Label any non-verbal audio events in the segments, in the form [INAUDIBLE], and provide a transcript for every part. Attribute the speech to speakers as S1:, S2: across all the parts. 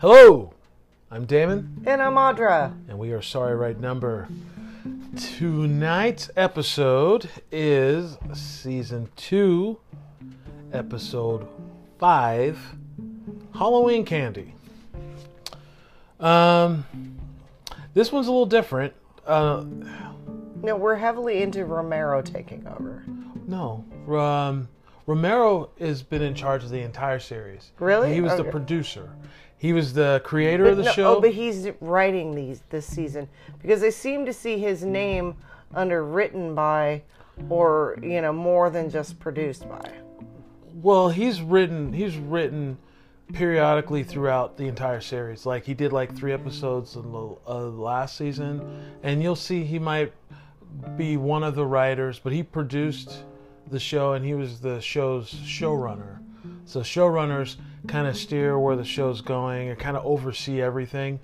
S1: Hello, I'm Damon,
S2: And I'm Audra.
S1: and we are sorry right number. Tonight's episode is season two, episode five, Halloween candy. Um, this one's a little different. Uh,
S2: No, we're heavily into Romero taking over.
S1: no, um, Romero has been in charge of the entire series.
S2: Really?
S1: He was the
S2: Okay.
S1: producer. He was the creator of the
S2: No,
S1: show.
S2: Oh, but he's writing these this season because I seem to see his name under written by, or you know, more than just produced by.
S1: Well, he's written he's written periodically throughout the entire series. Like he did like three episodes in the uh, last season, and you'll see he might be one of the writers, but he produced the show and he was the show's showrunner. So showrunners kind of steer where the show's going and kind of oversee everything.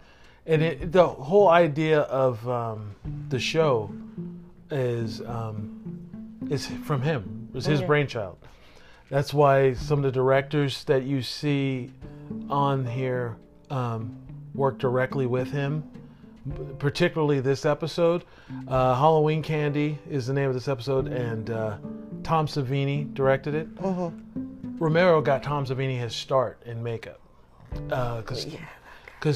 S1: And it, the whole idea of um, the show is um, is from him, is his brainchild. That's why some of the directors that you see on here um, work directly with him, particularly this episode. Uh, Halloween Candy is the name of this episode, and uh, Tom Savini directed it.
S2: Uh-huh.
S1: Romero got Tom Savini his start in makeup. Because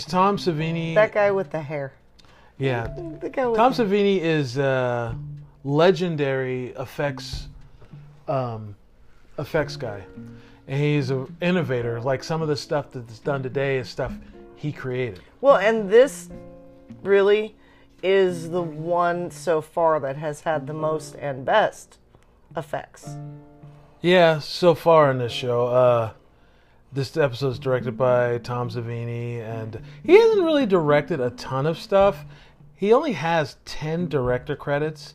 S1: Tom Savini.
S2: That guy with the hair.
S1: yeah.
S2: The guy with
S1: Tom Savini is a legendary effects um, effects guy, and he's an innovator. Like some of the stuff that's done today is stuff he created.
S2: Well, and this really is the one so far that has had the most and best effects.
S1: Yeah, so far in this show, uh, this episode is directed by Tom Savini, and he hasn't really directed a ton of stuff. He only has ten director credits.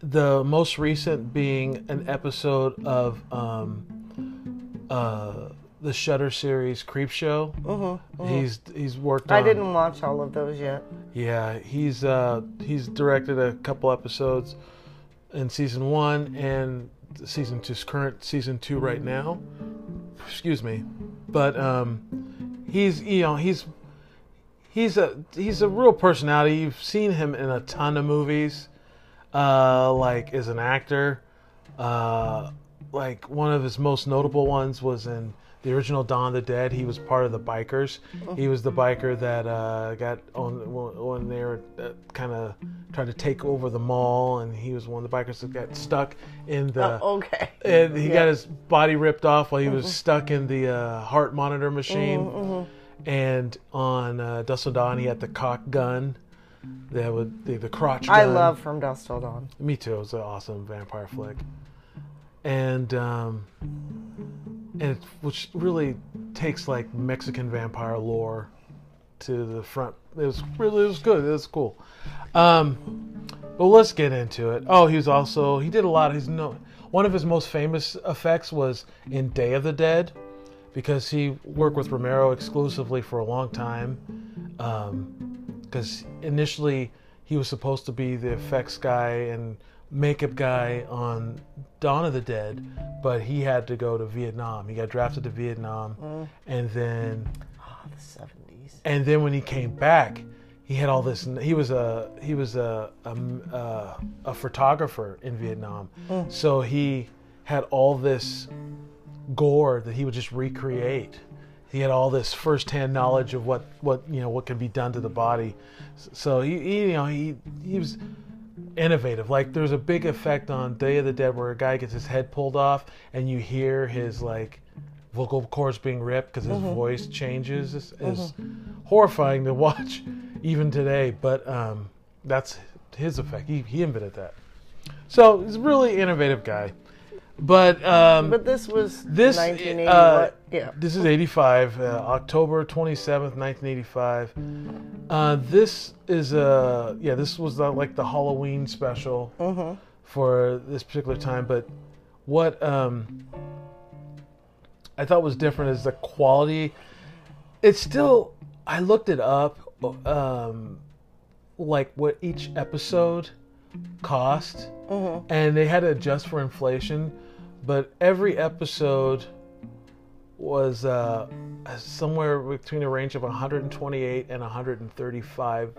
S1: The most recent being an episode of um, uh, the Shutter series Creep Show. He's he's worked.
S2: Uh-huh, I
S1: on-
S2: didn't watch all of those yet.
S1: yeah, he's uh he's directed a couple episodes in season one and season two's current season two right now. Excuse me, but um, he's you know he's he's a he's a real personality. You've seen him in a ton of movies, uh, like as an actor. Uh, like one of his most notable ones was in the original Dawn of the Dead. He was part of the bikers. He was the biker that uh, got on when they were uh, kind of trying to take over the mall, and he was one of the bikers that got stuck in the
S2: Oh, Okay.
S1: and he
S2: Yeah. Mm-hmm.
S1: got his body ripped off while he was stuck in the uh, heart monitor machine.
S2: mm-hmm.
S1: And on uh, Dust Till Dawn, he had the cock gun, that would the, the crotch. Gun.
S2: I love From Dust Till Dawn.
S1: Me too. It was an awesome vampire flick, and um, and it, which really takes like Mexican vampire lore to the front. It was really it was good. It was cool. Um, but let's get into it. Oh, he was also he did a lot. Of, he's no one of his most famous effects was in Day of the Dead, because he worked with Romero exclusively for a long time. Um, because initially he was supposed to be the effects guy and makeup guy on Dawn of the Dead, but he had to go to Vietnam. He got drafted to Vietnam, and then
S2: Oh, the 70s.
S1: and then when he came back, he had all this. He was a he was a a, a, a photographer in Vietnam, so he had all this gore that he would just recreate. He had all this firsthand knowledge of what what you know what can be done to the body. S- So he, he you know he he was innovative. Like there's a big effect on Day of the Dead where a guy gets his head pulled off and you hear his like vocal cords being ripped because his voice changes. It's, it's horrifying to watch [LAUGHS] even today, but um, that's his effect. He, he invented that. So he's a really innovative guy. But um,
S2: But this was
S1: this
S2: 1980.
S1: uh,
S2: what? yeah.
S1: this is 85 uh, october 27th 1985 uh, this is uh, yeah this was the, like the halloween special for this particular time but what um, i thought was different is the quality it's still i looked it up um, like what each episode cost
S2: Mm-hmm.
S1: and they had to adjust for inflation but every episode was uh somewhere between a range of 128 and 135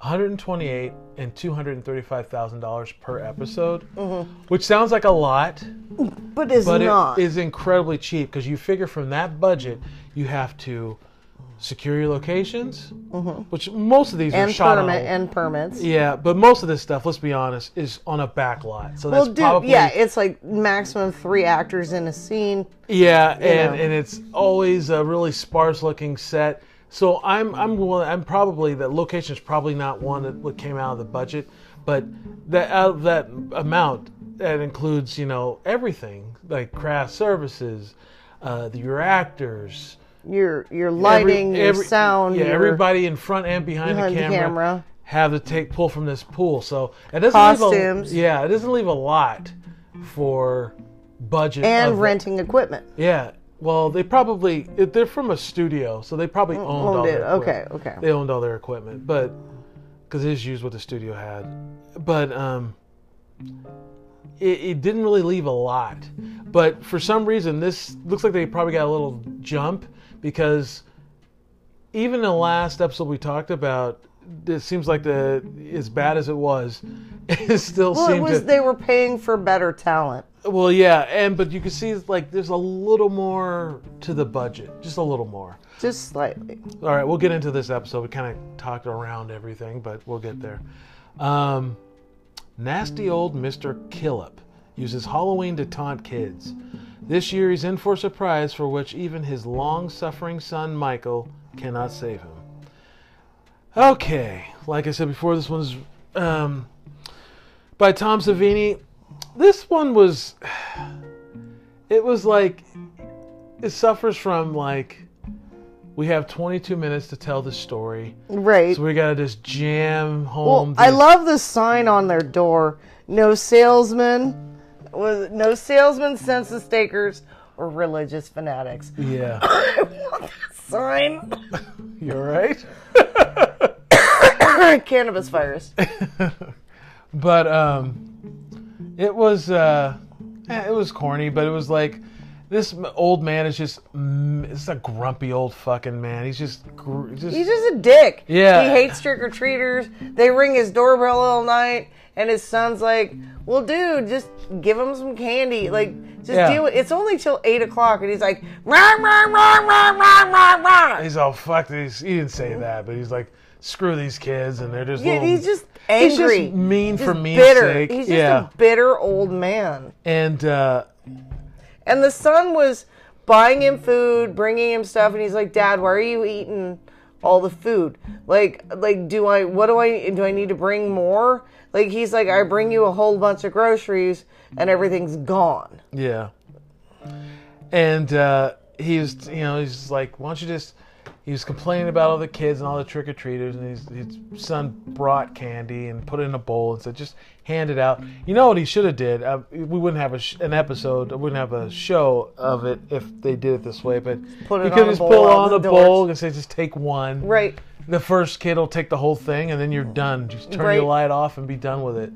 S1: 128 and 235 thousand dollars per episode which sounds like a lot
S2: But it's
S1: but
S2: Mm-hmm. not.
S1: it is incredibly cheap because you figure from that budget you have to secure your locations which most of these are
S2: Mm-hmm. and
S1: shot on
S2: permit
S1: a-
S2: and permits.
S1: yeah but most of this stuff let's be honest is on a back lot so
S2: well,
S1: that's
S2: dude,
S1: probably
S2: yeah, it's like maximum three actors in a scene.
S1: Yeah, and,
S2: know.
S1: and it's always a really sparse looking set. So I'm I'm willing, I'm probably the location's probably not one that what came out of the budget, but that out of that amount that includes you know everything like craft services, uh, the- your actors,
S2: Your your lighting,
S1: every-
S2: your
S1: every-
S2: sound.
S1: yeah,
S2: your,
S1: everybody in front and behind, the,
S2: behind the
S1: camera
S2: camera.
S1: have to take pull from this pool. So it doesn't
S2: Costumes.
S1: leave a, yeah, it doesn't leave a lot for budget
S2: and
S1: of the-
S2: renting equipment.
S1: yeah. Well, they probably if they're from a studio, so they probably owned, all
S2: Mm, owned
S1: their
S2: it. Okay,
S1: equipment.
S2: okay.
S1: They owned all their equipment, but because it is used what the studio had, but um, it, it didn't really leave a lot. But for some reason, this looks like they probably got a little jump because even in the last episode we talked about, it seems like the as bad as it was, [LAUGHS] it still
S2: Well,
S1: seemed
S2: it was
S1: to,
S2: they were paying for better talent.
S1: well, yeah, and but you can see like there's a little more to the budget, just a little more.
S2: Just slightly.
S1: All right, we'll get into this episode. We kind of talked around everything, but we'll get there. Um, nasty old Mister Killup uses Halloween to taunt kids. This year, he's in for a surprise for which even his long-suffering son Michael cannot save him. Okay, like I said before, this one's um, by Tom Savini. This one was. [SIGHS] It was like. It suffers from like. We have 22 minutes to tell this story,
S2: Right.
S1: so we gotta just jam
S2: Well,
S1: home.
S2: I
S1: these-
S2: love the sign on their door. No salesman was no salesman, census takers, or religious fanatics.
S1: Mm. Yeah,
S2: Sign [LAUGHS]
S1: you're right.
S2: cannabis virus.
S1: But um, it was uh, eh, it was corny, but it was like this m- old man is just mm, it's a grumpy old fucking man. He's just gr- just
S2: He's just a dick.
S1: Yeah.
S2: He hates trick or treaters. They ring his doorbell all night, and his son's like, "Well, dude, just give him some candy. Like, just
S1: Yeah.
S2: deal with. It's only till eight o'clock, and he's like, rah rah rah rah rah rah rah.
S1: he's all fuck these. He didn't say that, but he's like screw these kids, and they're just
S2: Yeah,
S1: little,
S2: he's just
S1: he's
S2: angry.
S1: just mean for
S2: Just
S1: mean's
S2: bitter.
S1: sake.
S2: He's just
S1: yeah,
S2: a bitter old man.
S1: and uh,
S2: And the son was buying him food, bringing him stuff, and he's like, "Dad, why are you eating all the food? Like, like, do I? What do I? Do I need to bring more? Like, he's like, I bring you a whole bunch of groceries, and everything's gone.
S1: Yeah. And uh, he was, you know, he's like, why don't you just. He was complaining about all the kids and all the trick or treaters, and his, his son brought candy and put it in a bowl and said, "Just hand it out." You know what he should have did? Uh, we wouldn't have a sh- an episode, I wouldn't have a show of it if they did it this way. But
S2: Put it
S1: you
S2: on
S1: could
S2: a
S1: just
S2: bowl
S1: put it
S2: out
S1: on
S2: the
S1: a
S2: door.
S1: bowl and say, "Just take one."
S2: Right?
S1: the first kid will take the whole thing, and then you're done. Just turn
S2: Right.
S1: your light off and be done with it.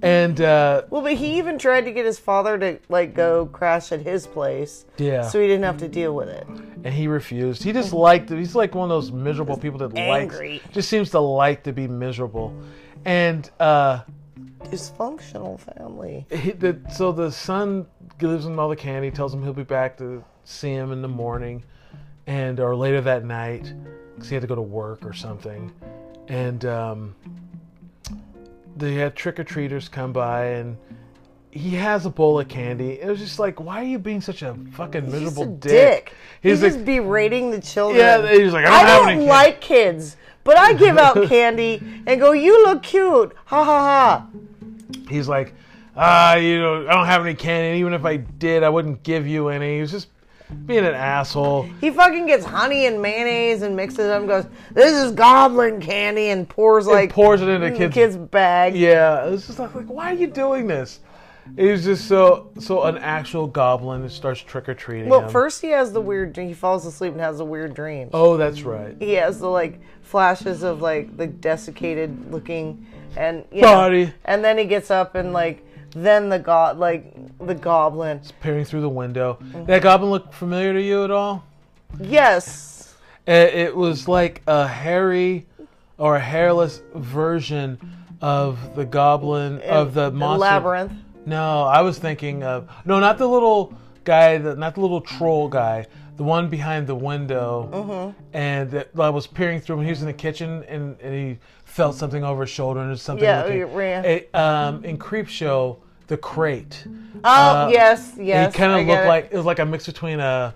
S1: And uh,
S2: Well, but he even tried to get his father to like go crash at his place,
S1: yeah,
S2: so he didn't have to deal with it.
S1: and he refused. He just liked it. He's like one of those miserable people that
S2: Mm-hmm. angry.
S1: likes just seems to like to be miserable. And uh
S2: Dysfunctional family.
S1: he, the, so the son gives him all the candy, tells him he'll be back to see him in the morning and or later that night cuz he had to go to work or something. And um they had trick or treaters come by and he has a bowl of candy. It was just like, why are you being such a fucking
S2: He's
S1: miserable
S2: a
S1: dick?
S2: dick.
S1: He's
S2: He's,
S1: like-
S2: just berating the children. [LAUGHS]
S1: Yeah, he's like, I don't
S2: I
S1: have
S2: don't
S1: any candy.
S2: like kids, but I give out
S1: [LAUGHS]
S2: candy and go, you look cute. Ha ha ha.
S1: he's like, ah, you know, I don't have any candy. and Even if I did, I wouldn't give you any. He was just being an asshole.
S2: He fucking gets honey and mayonnaise and mixes them and goes, this is goblin candy and pours like
S1: Pours it into
S2: the
S1: kids.
S2: kid's, bag.
S1: Yeah, it was just like, like, why are you doing this? He was just so so an actual goblin starts trick or treating.
S2: Well,
S1: him.
S2: first he has the weird dream. He falls asleep and has a weird dream.
S1: oh, that's right.
S2: He has the like flashes of like the desiccated looking and you know,
S1: Body.
S2: and then he gets up and like then the god like the goblin
S1: Peering through the window, that goblin look familiar to you at all?
S2: Yes.
S1: It, it was like a hairy or a hairless version of the goblin of the monster.
S2: Labyrinth.
S1: No, I was thinking of no, not the little guy, the, not the little troll guy, the one behind the window,
S2: Mm-hmm.
S1: and that I was peering through him. He was in the kitchen, and, and he felt something over his shoulder, and there's something.
S2: Yeah,
S1: looking.
S2: it ran.
S1: It, um, in Creepshow, the crate.
S2: Oh, yes, yes.
S1: Uh, he kind
S2: I
S1: of
S2: get
S1: looked
S2: it.
S1: like it was like a mix between a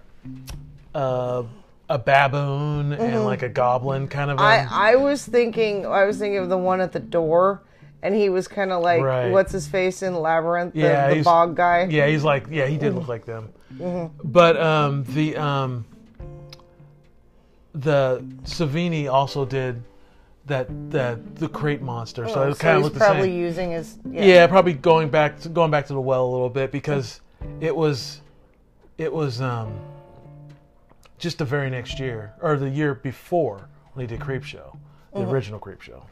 S1: a, a baboon and like a goblin kind of. A,
S2: Mm-hmm. I, I was thinking I was thinking of the one at the door and he was kind of like
S1: Right.
S2: what's his face in labyrinth the,
S1: Yeah,
S2: the
S1: he's-
S2: bog guy
S1: Yeah, he's like, yeah, he did look like them.
S2: Mm-hmm.
S1: But um, the um, the Savini also did that that the crate monster, so it
S2: Oh, so
S1: kind of
S2: he's
S1: looked the
S2: probably
S1: same.
S2: using his
S1: yeah, probably going back to, going back to the well a little bit because it was it was um just the very next year or the year before when he did Creep Show, the
S2: Mm-hmm.
S1: original Creep Show,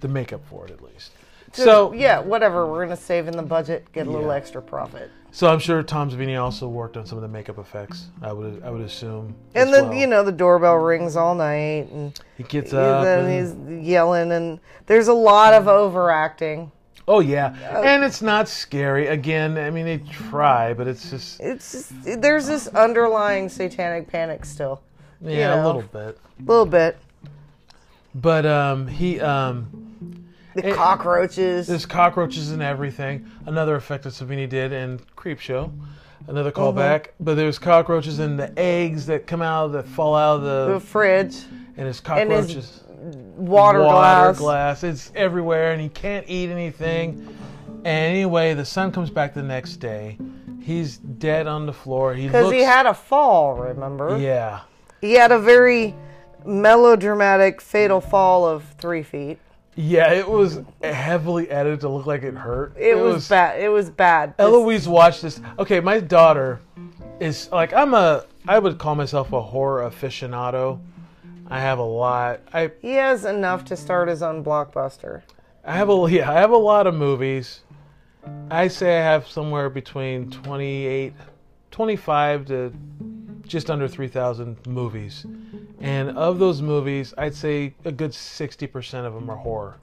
S1: the makeup for it at least. So
S2: yeah whatever we're gonna save in the budget get a little
S1: Yeah.
S2: extra profit
S1: So I'm sure Tom Savini also worked on some of the makeup effects. I would I would assume.
S2: and
S1: as
S2: then
S1: well.
S2: you know the doorbell rings all night and
S1: he gets up.
S2: then
S1: and-
S2: he's yelling and there's a lot of overacting
S1: oh yeah, and it's not scary. Again, I mean they try, but it's just yeah,
S2: it's just there's this underlying satanic panic still
S1: a
S2: know.
S1: little bit.
S2: a little bit
S1: But um, he um,
S2: the cockroaches
S1: there's cockroaches and everything. Another effect that Savini did in Creep Show. Another
S2: Mm-hmm.
S1: callback, but there's cockroaches and the eggs that come out that fall out of
S2: the
S1: the
S2: fridge
S1: and it's
S2: his
S1: cockroaches.
S2: water, glass,
S1: It's everywhere, and he can't eat anything. And anyway, the sun comes back the next day. He's dead on the floor. He
S2: because
S1: looks,
S2: he had a fall remember
S1: yeah,
S2: he had a very melodramatic fatal fall of three feet
S1: yeah. It was heavily edited to look like it hurt.
S2: it, was, bad it was bad
S1: Eloise watched this. Okay, my daughter is like I'm a. I would call myself a horror aficionado. I have a lot. I
S2: he has enough to start his own blockbuster
S1: I have a [LAUGHS] yeah, I have a lot of movies. I say I have somewhere between 28 25 to just under 3000 movies. And of those movies, I'd say a good 60% of them are horror.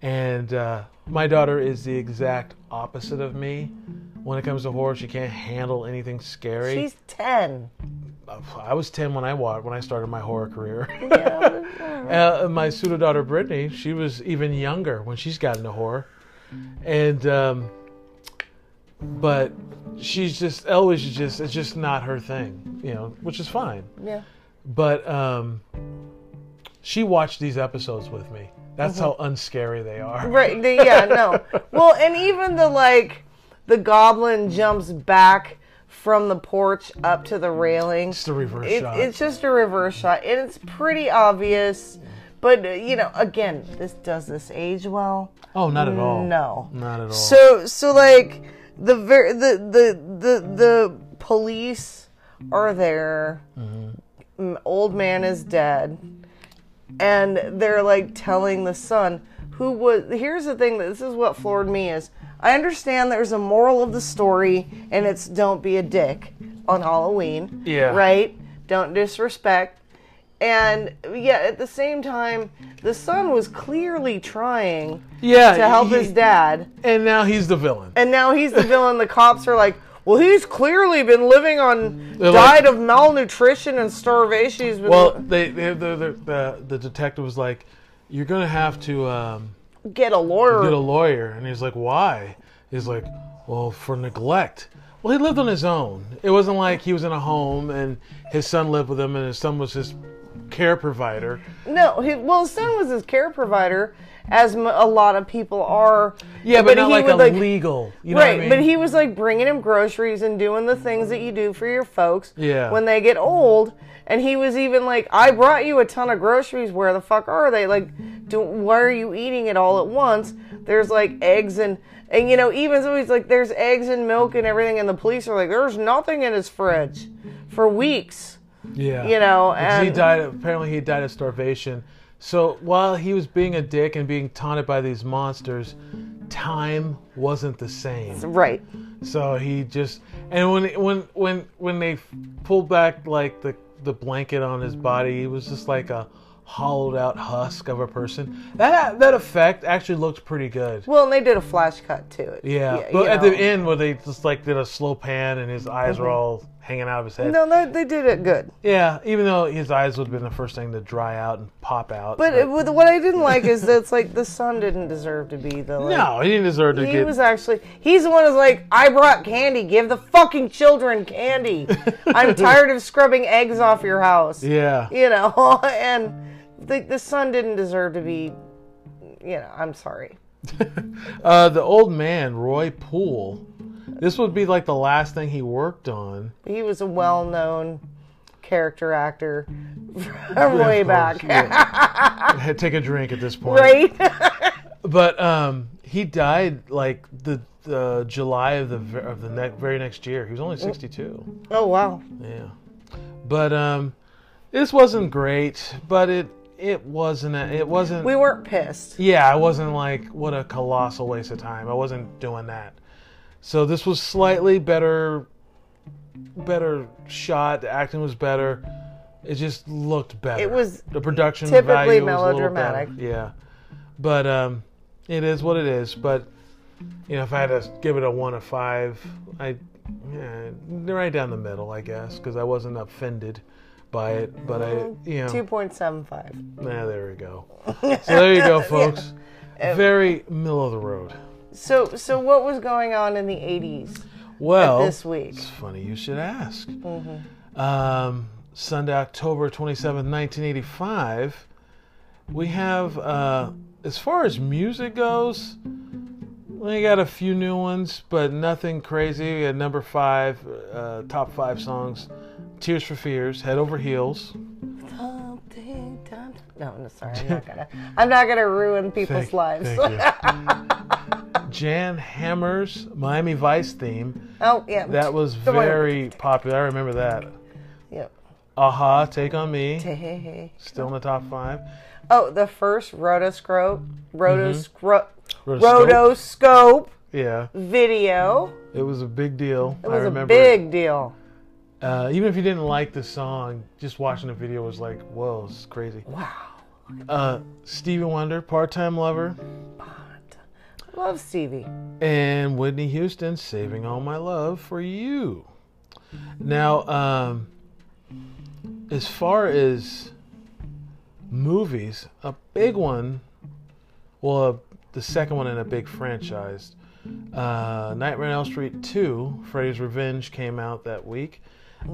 S1: And uh, my daughter is the exact opposite of me. When it comes to horror, she can't handle anything scary.
S2: she's 10
S1: I was ten when I wa- when I started my horror career. [LAUGHS] uh, my pseudo daughter Brittany, she was even younger when she's got into horror, and um, but she's just always just it's just not her thing, you know, which is fine.
S2: [LAUGHS] yeah
S1: But um, she watched these episodes with me. That's how unscary they are.
S2: Mm-hmm. Right. the- yeah, no. Well, and even the like the goblin jumps back from the porch up to the railing.
S1: It's the reverse
S2: It,
S1: shot.
S2: it's just a reverse shot and it's pretty obvious. But uh, you know, again, this does this age well?
S1: oh, not at all.
S2: No.
S1: not at all.
S2: So so like the ver- the the the the police are there.
S1: Mm-hmm.
S2: Mm, Old man is dead, and they're like telling the son who was. Here's the thing. This is what floored me is. I understand there's a moral of the story, and it's don't be a dick on Halloween.
S1: Yeah.
S2: Right. Don't disrespect. And yet, at the same time, the son was clearly trying
S1: yeah,
S2: to help
S1: he-
S2: his dad,
S1: and now he's the villain.
S2: and now he's the villain. The cops are like, well, he's clearly been living on,
S1: They're
S2: died of malnutrition and starvation. He's been
S1: Well, they, they, the, the, the, the detective was like, "You're gonna have to um,
S2: get a lawyer.
S1: get a lawyer," and he's like, "Why?" He's like, "Well, for neglect." Well, he lived on his own. It wasn't like he was in a home and his son lived with him, and his son was his care provider.
S2: no, his, well, his son was his care provider, as m- a lot of people are.
S1: Yeah, but, not like a
S2: would,
S1: legal. You know
S2: Right,
S1: what I mean?
S2: but he was like bringing him groceries and doing the things that you do for your folks
S1: Yeah.
S2: when they get old. And he was even like, "I brought you a ton of groceries. Where the fuck are they? Like, do, why are you eating it all at once? There's like eggs and and you know even so he's like, there's eggs and milk and everything. And the police are like, there's nothing in his fridge for weeks.
S1: yeah,
S2: You know,
S1: Because he
S2: and-
S1: died. Apparently, he died of starvation. So while he was being a dick and being taunted by these monsters, time wasn't the same.
S2: Right.
S1: So he just and when when when when they pulled back like the the blanket on his body. He was just like a hollowed out husk of a person. That that effect actually looked pretty good.
S2: Well, and they did a flash cut to it.
S1: Yeah,
S2: you
S1: but at
S2: know. Mm-hmm.
S1: the end where they just like did a slow pan and his eyes were all hanging out of his head.
S2: No, no, they did it good.
S1: Yeah, even though his eyes would have been the first thing to dry out and pop out.
S2: But it, with- what I didn't like is that it's like the son didn't deserve to be the. Like,
S1: no, he didn't deserve to
S2: He
S1: get.
S2: was actually he's the one who's like, I brought candy. Give the fucking
S1: [LAUGHS]
S2: children candy. I'm tired of scrubbing eggs off your house.
S1: yeah,
S2: You know, [LAUGHS] and the the son didn't deserve to be. You know, I'm sorry.
S1: uh, the old man Roy Poole. This would be like the last thing he worked on.
S2: He was a well-known character actor
S1: [LAUGHS]
S2: from way
S1: Of course,
S2: back,
S1: yeah. Take a drink at this point,
S2: [LAUGHS] right?
S1: But um, he died like the the July of the ver- of the ne- very next year. He was
S2: Mm.
S1: only sixty two.
S2: oh wow.
S1: Yeah. But um this wasn't great, but it it wasn't a, it wasn't
S2: We weren't pissed.
S1: yeah, I wasn't like what a colossal waste of time. I wasn't doing that. So this was slightly better better shot, the acting was better. It just looked better.
S2: It was
S1: the production
S2: typically
S1: value was a little
S2: melodramatic.
S1: better. Yeah. But um it is what it is, but you know, if I had to give it a one of five, I yeah, right down the middle, I guess, because I wasn't offended by it. But I, you know,
S2: Two point seven five.
S1: nah, there we go. So there
S2: [LAUGHS]
S1: you go, folks. Very middle of the road.
S2: So, so what was going on in the '80s?
S1: Well,
S2: this week. Mm-hmm.
S1: It's funny you should ask. Um, Sunday, October twenty seventh, 1985. We have, uh, as far as music goes, we got a few new ones, but nothing crazy. We had number five, uh, top five songs Tears for Fears, Head Over Heels.
S2: Something done- No, no, sorry, I'm
S1: [LAUGHS]
S2: not gonna. I'm not gonna ruin people's
S1: Thank-
S2: lives.
S1: thank you. Jan Hammer's Miami Vice theme.
S2: [LAUGHS] oh yeah,
S1: That was
S2: Don't worry.
S1: very popular. I remember that.
S2: Yep.
S1: Aha, Take on Me.
S2: Hey, hey, hey.
S1: Still in the top five.
S2: Oh, the first rotoscope, rotoscro-
S1: Rotoscope.
S2: rotoscope
S1: Yeah,
S2: video.
S1: it was a big deal.
S2: It was
S1: I
S2: a
S1: remember.
S2: big deal.
S1: Uh, even if you didn't like the song, just watching the video was like, whoa, it's crazy.
S2: Wow.
S1: Uh, Stevie Wonder, Part Time Lover,
S2: Love Stevie.
S1: and Whitney Houston, Saving All My Love for You. Now, um, as far as movies, a big one, well, uh, the second one in a big franchise, uh, Nightmare on Elm Street 2, Freddy's Revenge came out that week.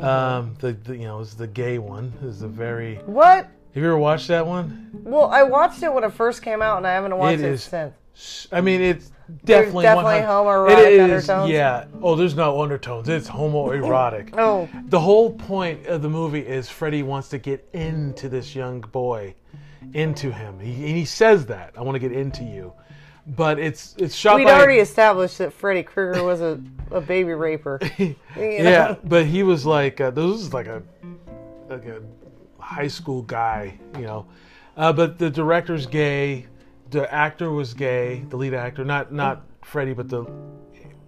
S1: Um, the, the you know is the gay one is the very. Have
S2: What?
S1: you ever watched that one?
S2: Well, I watched it when it first came out, and I haven't watched
S1: It
S2: it,
S1: is
S2: since.
S1: S- I mean, it's definitely
S2: definitely
S1: 100
S2: homoerotic
S1: It is,
S2: undertones.
S1: Yeah. Oh, there's no undertones. It's homoerotic.
S2: Oh,
S1: The whole point of the movie is Freddy wants to get into this young boy, into him. He, and he says that I want to get into you, but it's it's shot
S2: we'd
S1: by
S2: already established that Freddy Krueger was a, a baby
S1: [LAUGHS]
S2: raper. You know?
S1: yeah.
S2: [LAUGHS]
S1: But he was like uh, this is like a like a high school guy, you know. Uh, but the director's gay, the actor was gay, the lead actor, not not Freddy, but the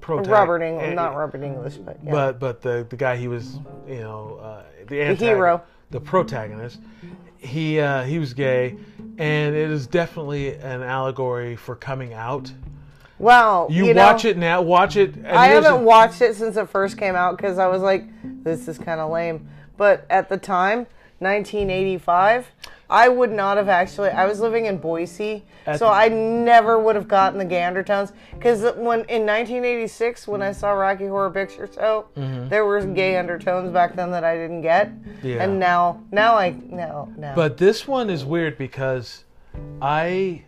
S1: protagonist. Eh,
S2: Robert English, not Robert English, but yeah.
S1: but but the the guy he was you know uh, the, antagon-
S2: hero.
S1: the protagonist he uh, he was gay and it is definitely an allegory for coming out
S2: wow,
S1: you,
S2: know,
S1: watch it now watch it and
S2: I
S1: here's
S2: haven't
S1: the-
S2: watched it since it first came out because I was like, this is kind of lame. But at the time, 1985, I would not have actually. I was living in Boise, so
S1: the-
S2: I never would have gotten the Gandertowns because when in 1986, when I saw Rocky Horror Picture Show, there were gay undertones back then that I didn't get,
S1: Mm-hmm. Yeah.
S2: and now, now I now now.
S1: but this one is weird because i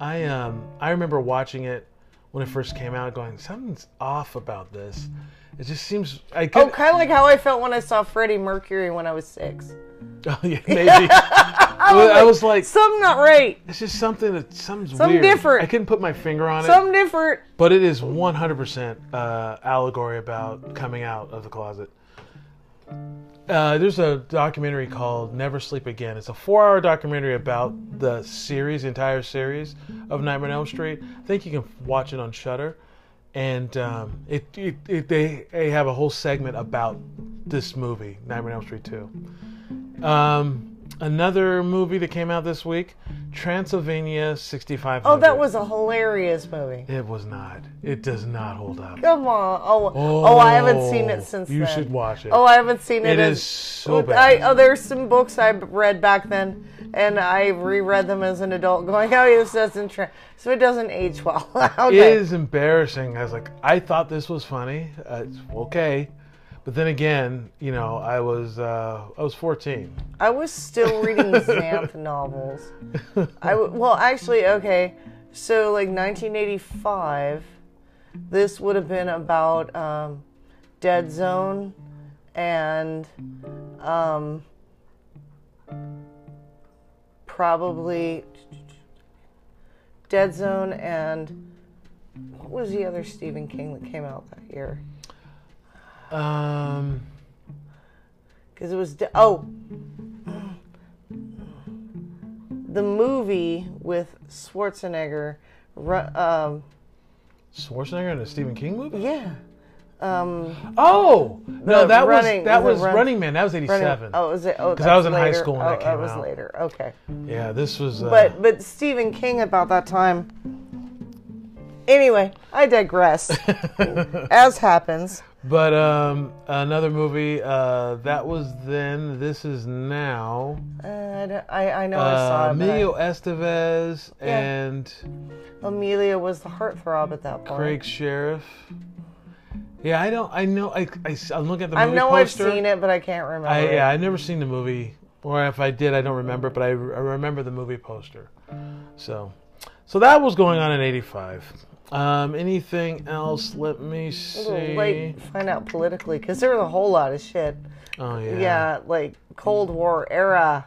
S1: i um i remember watching it when it first came out going something's off about this it just seems i could,
S2: Oh, kind of like how I felt when I saw Freddie Mercury when I was six.
S1: [LAUGHS] oh yeah maybe
S2: [LAUGHS]
S1: i
S2: Oh
S1: was like
S2: Something not right.
S1: It's just something that something's
S2: Something
S1: weird.
S2: different.
S1: I couldn't put my finger on it,
S2: Something different.
S1: but it is 100% uh, allegory about coming out of the closet. Uh, there's a documentary called Never Sleep Again. It's a four-hour documentary about the series, the entire series of Nightmare on Elm Street. I think you can watch it on Shutter, and um, it, it, it they, they have a whole segment about this movie, Nightmare on Elm Street 2. Um, another movie that came out this week, Transylvania 6500.
S2: Oh, that was a hilarious movie.
S1: It was not. It does not hold up.
S2: Come on. Oh, oh, I haven't seen it since
S1: You
S2: then.
S1: should watch it.
S2: Oh, I haven't seen
S1: It
S2: it. in-
S1: is so bad.
S2: I, oh, there's some books I read back then, and I reread them as an adult, going, "Oh, this doesn't tra- so it doesn't age well." [LAUGHS]
S1: It
S2: okay.
S1: is embarrassing. I was like, I thought this was funny. Uh, it's okay, but then again, you know, I was uh, I was 14.
S2: I was still reading Xanth novels. I w- well, actually, okay. So like 1985, this would have been about um, Dead Zone and um, probably Dead Zone and what was the other Stephen King that came out that year?
S1: Um,
S2: Because it was de- oh, the movie with Schwarzenegger. ru- Um,
S1: Schwarzenegger in a Stephen King movie?
S2: yeah, um,
S1: Oh no,
S2: The
S1: that
S2: running-
S1: was that
S2: was it
S1: was
S2: run-
S1: Running Man. That was
S2: running-
S1: '87.
S2: Oh, was it? Oh,
S1: 'Cause I was
S2: that's
S1: in high
S2: later.
S1: school when
S2: oh,
S1: that came
S2: was
S1: out.
S2: later. Okay,
S1: Yeah, this was. Uh,
S2: but but Stephen King about that time. Anyway, I
S1: [LAUGHS]
S2: digress. As happens,
S1: but um, another movie uh, that was then. This is now.
S2: uh, I, don't- I I know I saw
S1: Uh,
S2: it. but I-
S1: Emilio Estevez
S2: Yeah.
S1: and.
S2: Amelia was the heartthrob at that point.
S1: Craig Sheriff. Yeah, I don't. I know. I, I am looking at the
S2: I
S1: movie
S2: know
S1: poster.
S2: I've seen it, but I can't remember.
S1: I,
S2: it.
S1: yeah, I've never seen the movie, or if I did, I don't remember. But I, I remember the movie poster. So, so that was going on in '85. Um, anything else? Let me see.
S2: like find out politically because there was a whole lot of shit.
S1: oh yeah.
S2: Yeah. like Cold War era.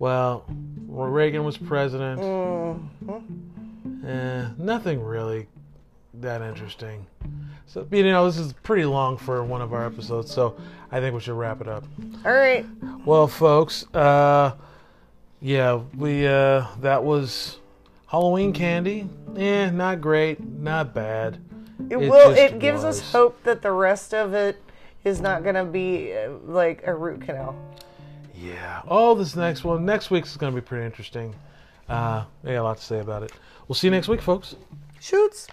S1: Well, when Reagan was president. Eh, nothing really that interesting. So you know, this is pretty long for one of our episodes. So I think we should wrap it up.
S2: All right,
S1: Well, folks, uh, yeah, we uh, that was Halloween candy. Eh, not great, not bad.
S2: it,
S1: It
S2: will.
S1: just
S2: It gives
S1: was.
S2: us hope that the rest of it is not gonna be uh, like a root canal.
S1: Yeah. Oh, this next one, next week's is gonna be pretty interesting. Uh, I got a lot to say about it. We'll see you next week, folks.
S2: Shoots.